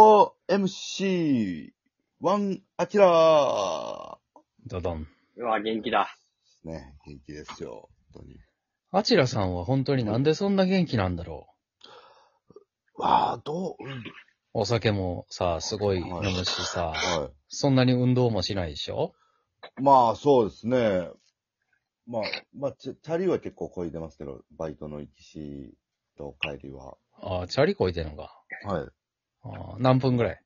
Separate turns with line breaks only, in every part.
4MC、ワンアキラ
ダダン。
うわ、元気だ。
ーね、元気ですよ、本当に。
アチラさんは本当になんでそんな元気なんだろ
わあ、どう、うん、
う。お酒もさ、すごい飲むしさ、
は
そんなに運動もしないでしょ
い。まあ、そうですね。まあ、まあ、チャチャリは結構こいでますけど、バイトの行きしと帰りは。
ああ、チャリこいてんのか。
はい。
ああ何分ぐらい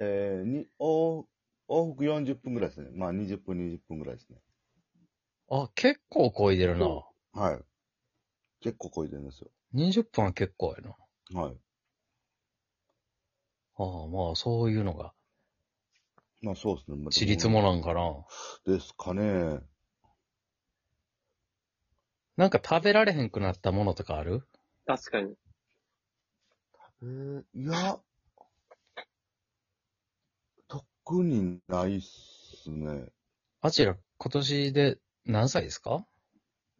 えー、に、往往復40分ぐらいですね。まあ、20分、20分ぐらいですね。
あ、結構こいでるな。
はい。結構こいでるんですよ。
20分は結構やな。
はい。
ああ、まあそういうのが、
まあ、そうですね。まあ
私立もなんかな。
ですかね。
なんか食べられへんくなったものとかある
確かに。
えー、いや、特にないっすね。
アチラ、今年で何歳ですか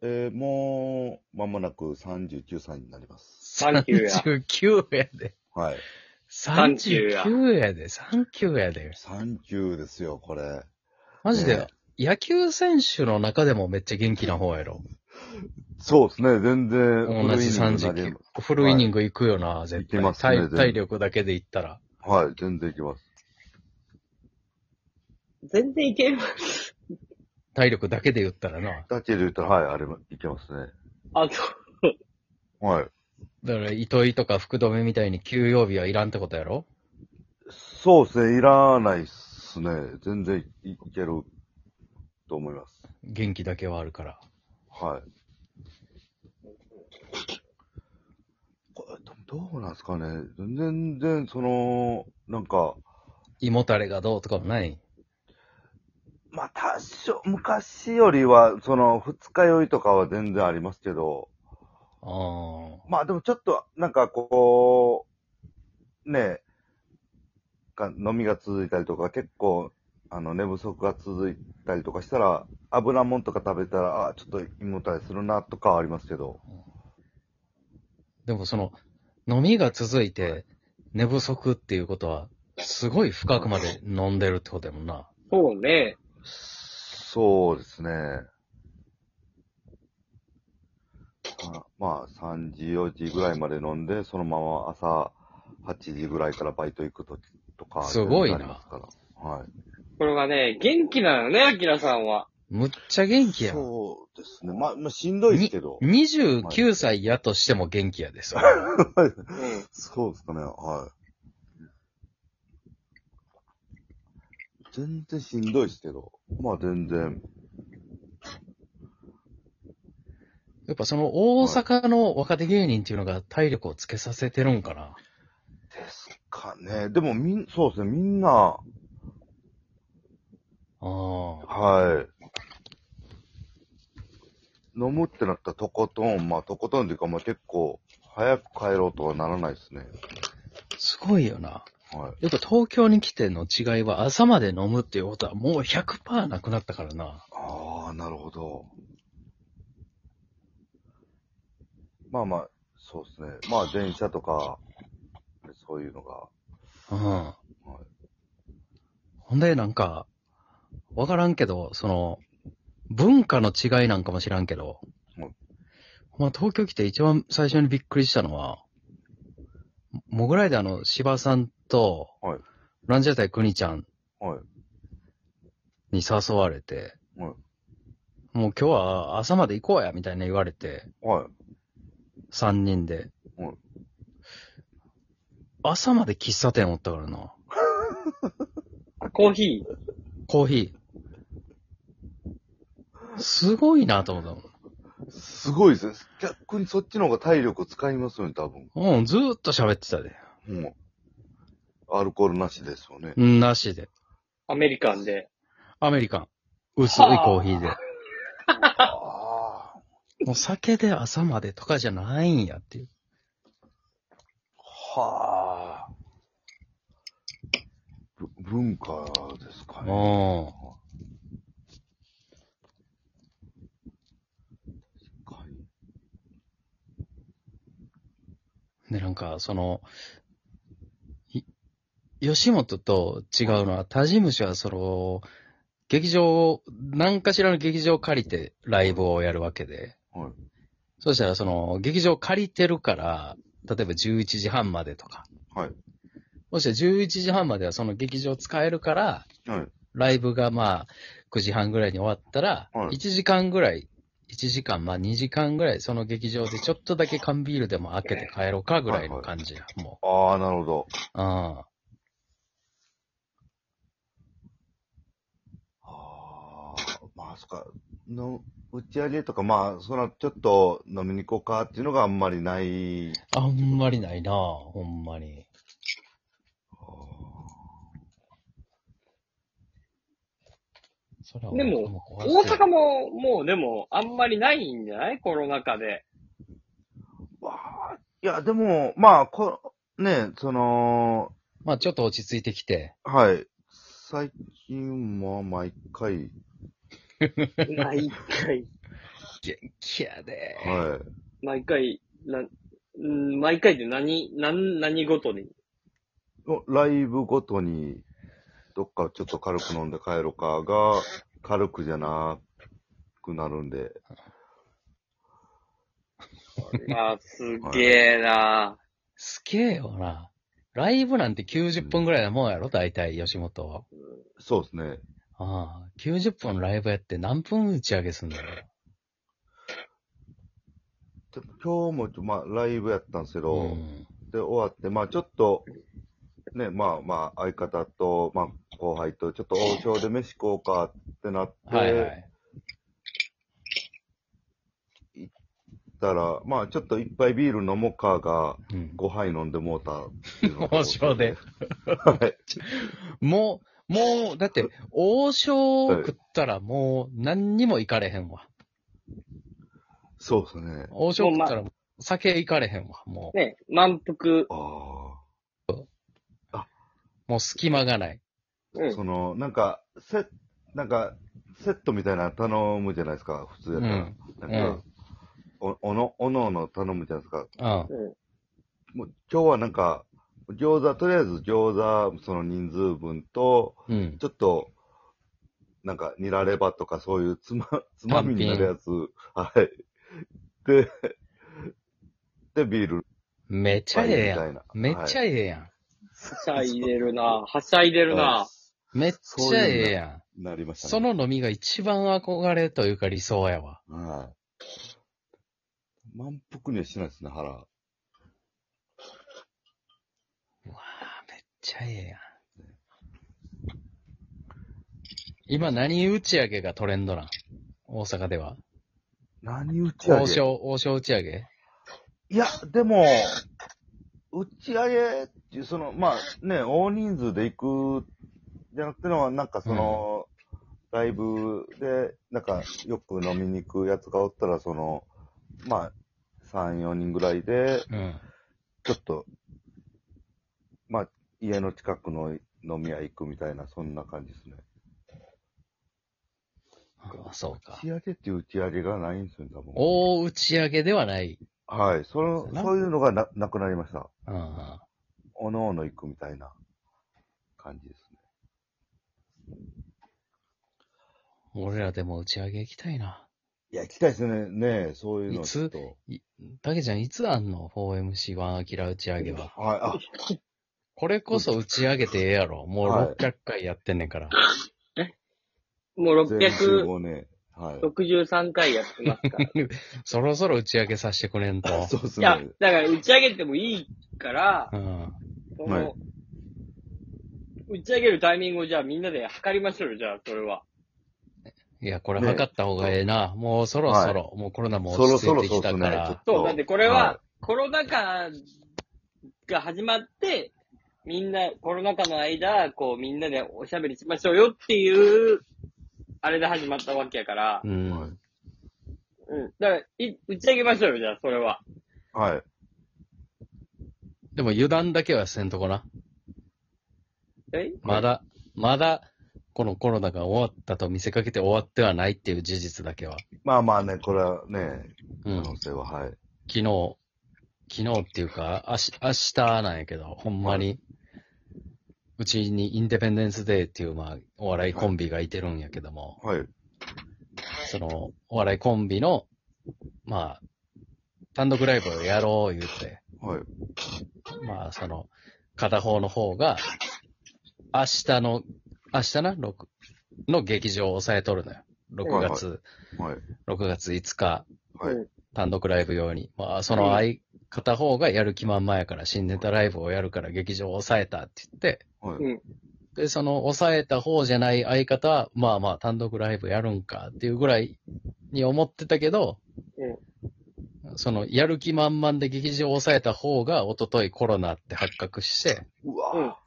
えー、もう、まもなく39歳になります。
39や
?39 やで。
はい。
39や
39やで。39やで。
39ですよ、これ。
マジ
ね
で、野球選手の中でもめっちゃ元気な方やろ。
そうですね、全然
同じ3時期。フルイニング行くよな、絶
行
対
きますね
体
全然
体力だけで行ったら。
はい、全然いきます。
全然いける。
体力だけで言ったらな。
だけで言ったら、はい、あれ、いけますね。
あ、そ
はい。
だから、糸井とか福留みたいに休養日はいらんってことやろ
そうですね、いらないっすね。全然いけると思います。
元気だけはあるから。
はい。これどどうなんですかね全然、その、なんか、
胃もたれがどうとかもない。
まあ、多少、昔よりは、その、二日酔いとかは全然ありますけど、
ああ。
まあでもちょっと、なんかこう、ねえ、が飲みが続いたりとか、結構、あの、寝不足が続いたりとかしたら、油もんとか食べたら、あちょっと胃もたれするな、とかはありますけど。
でもその、飲みが続いて寝不足っていうことは、すごい深くまで飲んでるってことやもんな。
うね。
そうですね。あまあ、3時、4時ぐらいまで飲んで、そのまま朝8時ぐらいからバイト行くときとか。
すごいな
全然ありますからはい。
これがね、元気なのね、アキラさんは。
むっちゃ元気やん。
そうですね。まあ、まあ、しんどいですけど。
29歳やとしても元気やで、それ
うん。
そうですかね、はい。全然しんどいですけど。まあ、全然。
やっぱその大阪の若手芸人っていうのが体力をつけさせてるんかな。
ですかね。でも、みん、そうですね、みんな、
ああ。
はい。飲むってなったらとことん、まあ、とことんというか、まあ、結構、早く帰ろうとはならないですね。
すごいよな。
はい。
やっぱ東京に来ての違いは朝まで飲むっていうことはもう100%なくなったからな。
ああ、なるほど。まあまあ、そうですね。まあ、電車とか、そういうのが、
うん。ほんでなんか、わからんけど、その、文化の違いなんかも知らんけど
うん、
まあ東京来て一番最初にびっくりしたのは、モグライダーの芝さんと
はい、
ランジャタイクニちゃん
はい。
に誘われて、
はい
もう今日は朝まで行こうや、みたいな言われて、
はい。
3人で。
はい
朝まで喫茶店おったからな。
コーヒー。
コーヒー。すごいなと思っ
すごいですね。逆にそっちの方が体力使いますよね、多分。
たもん。うん、ずーっと喋ってたで。
うん。アルコールなしですよ ね。
なしで。
アメリカンで。
アメリカン。薄いコーヒーで。
ああ。
もう酒で朝までとかじゃないんやっていう。
はあ。ぶ文化ですかね。
うん。
はい
で、なんか、その、い吉本と違うのは、他事務所はその、劇場を、何かしらの劇場を借りてライブをやるわけで。
はい
そしたら、その、劇場を借りてるから、例えば11時半までとか。
はい。
もしくは11時半まではその劇場使えるから、
はい。
ライブがまあ、9時半ぐらいに終わったら、
はい
1時間ぐらい、1時間、まあ2時間ぐらい、その劇場でちょっとだけ缶ビールでも開けて帰ろうかぐらいの感じや、もう。
ああ、なるほど。
あ
ああ、まあ、そっか。の、打ち上げとか、まあ、その、ちょっと飲みに行こうかっていうのがあんまりない。
あ。あんまりないなほんまに。それは
でも大阪も、もうでも、あんまりないんじゃないコロナ禍 で。
わあいや、でも、まあ、こ、ね、その、
まあちょっと落ち着いてきて。
はい。最近も毎回、
毎回、
元気やで
は
毎回、な、うん毎回で何、何、何ご とに。
い。のライブごとに、どっかちょっと軽く飲んで帰ろうかが、軽くじゃなくなるんで。
あー、すげえな
すげえよな。ライブなんて90分ぐらいなもんやろ大体、吉本は。
そうですね。
ああ、90分ライブやって何分打ち上げすんだよ。
で今日もちょ、まあ、ライブやったんですけど、
うん。
で、終わって、まあ、ちょっと、ね、まあまあ、相方と、まあ、後輩と、ちょっと王将で飯食おうかってなって、
はいはい。
たら、まあ、ちょっと一杯ビール飲もうかが、
うん。
5杯飲んでもうたっていうのが
王将で。
はい。
もう、もう、だって、王将を食ったらもう何にも行かれへんわ。
そうですね。
王将食ったら酒行かれへんわ。も
ね、満腹。
あ
う、もう隙間がない。
う
あ。
ん。
その、なんか、セなんか、セットみたいなの頼むじゃないですか、普通や
う
ったら
ん。。
なんか、お、おの、おのおの頼むじゃないですか。
うん。
うん。
もう今日はなんか、餃子、とりあえず餃子、その人数分と、
うん。
ちょっと、なんか、ニラレバとかそういうつま、つまみになるやつ。はい。で、で、ビール
めっ
一
ちゃ
杯み
ええ
たい
やん。
な。
めっちゃ
はい
ええやん。
はしゃいでるなはしゃいでるな
めっちゃええやん。
なりましたね。
その飲みが一番憧れというか理想やわ。
はい。満腹にはしないですね、腹。
うわぁ、めっちゃええやん。今何打ち上げがトレンドなん大阪では。
何打ち上げ
王将、王将打ち上げ
いや、でも、打ち上げっていう、その、まあね、大人数で行く、じゃなくてのは、なんかその、ライブで、なんかよく飲みに行くやつがおったら、その、まあ、3、4人ぐらいで、
うん。
ちょっと、まあ、家の近くの飲み屋行くみたいな、そんな感じですね。
あそう
打
か
ち。上げっていう打ち上げがないんですよね、多分。
大打ち上げではない。
はい、その
そう、やな
そういうのがななくなりました。
うん。
おのおの行くみたいな感じですね。
俺らでも打ち上げ行きたいな。
いや、行きたいですね。ねえ、そういうの。
いつ
ちょっ
たけちゃんいつあんの ?4MC1 アキラ打ち上げは。
とはい、あ、
これこそ打ち上げてええやろ。もう
はい
600回やってんねんから。
もう
全集
663
合ね。はい。
回やってますから。
そろそろ打ち上げさせてくれんと。
そうです
いや
ね。、
だから打ち上げてもいいから
う、ん。
その、
はい
打ち上げるタイミングをじゃあみんなで測りましょうよ、じゃあ、それは。
いや、これ
ね
測った方がええな。もうそろそろ、もうコロナも
そ
落
ろ
ち着
そ
い
ろ
て
そ
き
うで
た
す
か
ね。
ら。
ちょっと
そう、だってこれは
は、
コロナ禍が始まって、みんな、コロナ禍の間、こう、みんなでおしゃべりしましょうよっていう、あれで始まったわけやから、
うん。
うん。だから、い、打ち上げましょうよ、じゃあ、それは。
はい。
でも油断だけはせんとこな。
え
まだ、まだ、このコロナが終わったと見せかけて終わってはないっていう事実だけは。
まあまあね、これはね、
う
可
ん。
能性は、はい。
昨日、昨日っていうか、あし、明日なんやけど、ほんまに、うちにインデペンデンスデーっていう、まあ、お笑いコンビがいてるんやけども、
はい。
その、お笑いコンビの、まあ、単独ライブをやろう言って、
はい。
まあ、その、片方の方が、明日の、明日な、6の劇場を抑えとるのよ。6月、
はい。
6月5日、
はい。
単独ライブ用に。まあ、その相片方がやる気満々やから、新ネタライブをやるから劇場を抑えたって言って、
は
う
い。
ん
で、その抑えた方じゃない相方は、まあまあ単独ライブやるんかっていうぐらいに思ってたけど、そのやる気満々で劇場を抑えた方が一昨日コロナって発覚して、
う
うん
わ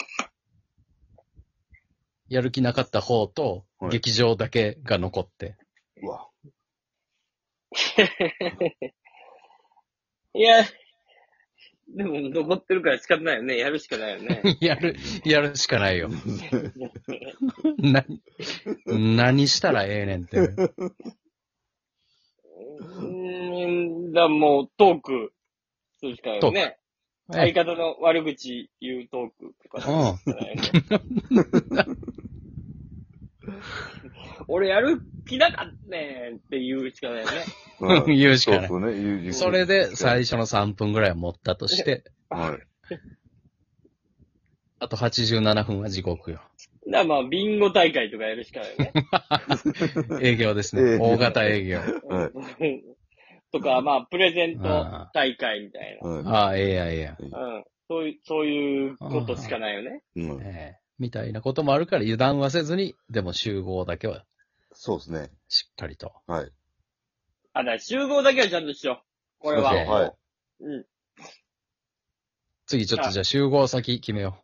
やる気なかった方と
はい
劇場だけが残って、
うわ
いや、でも残ってるから仕方ないよね。やるしかないよね。
やる、やるしかな いよ。何、何したらええねんって。
うーん、だからもうトークするしかないよね。相方の悪口言うトークとか。
うん。
俺やる気なかったねんって言うしかないよ
はい
ね。
言うしかない
そうですよね。言う
それで最初の3分ぐらいは持った として、
はい。
あと87分は地 獄よ。
だからまあ、ビンゴ大会とかやるしかないよね。
営業です
営
ね。
業
大型営業。
は
とか、まあ、プレゼント大会みたい
は
ああ、ええや、ええや。
い。
な。うん。そういう、そういうことしかないよね。
うん
ええみたいなこともあるから油断はせずに、でも集合だけは
そうですね。
しっかりと。
はい。
あ、だから集合だけはちゃんとしよう。これは。
そうそう
はい。
うん。
次ちょっとじゃあ集合先決めよ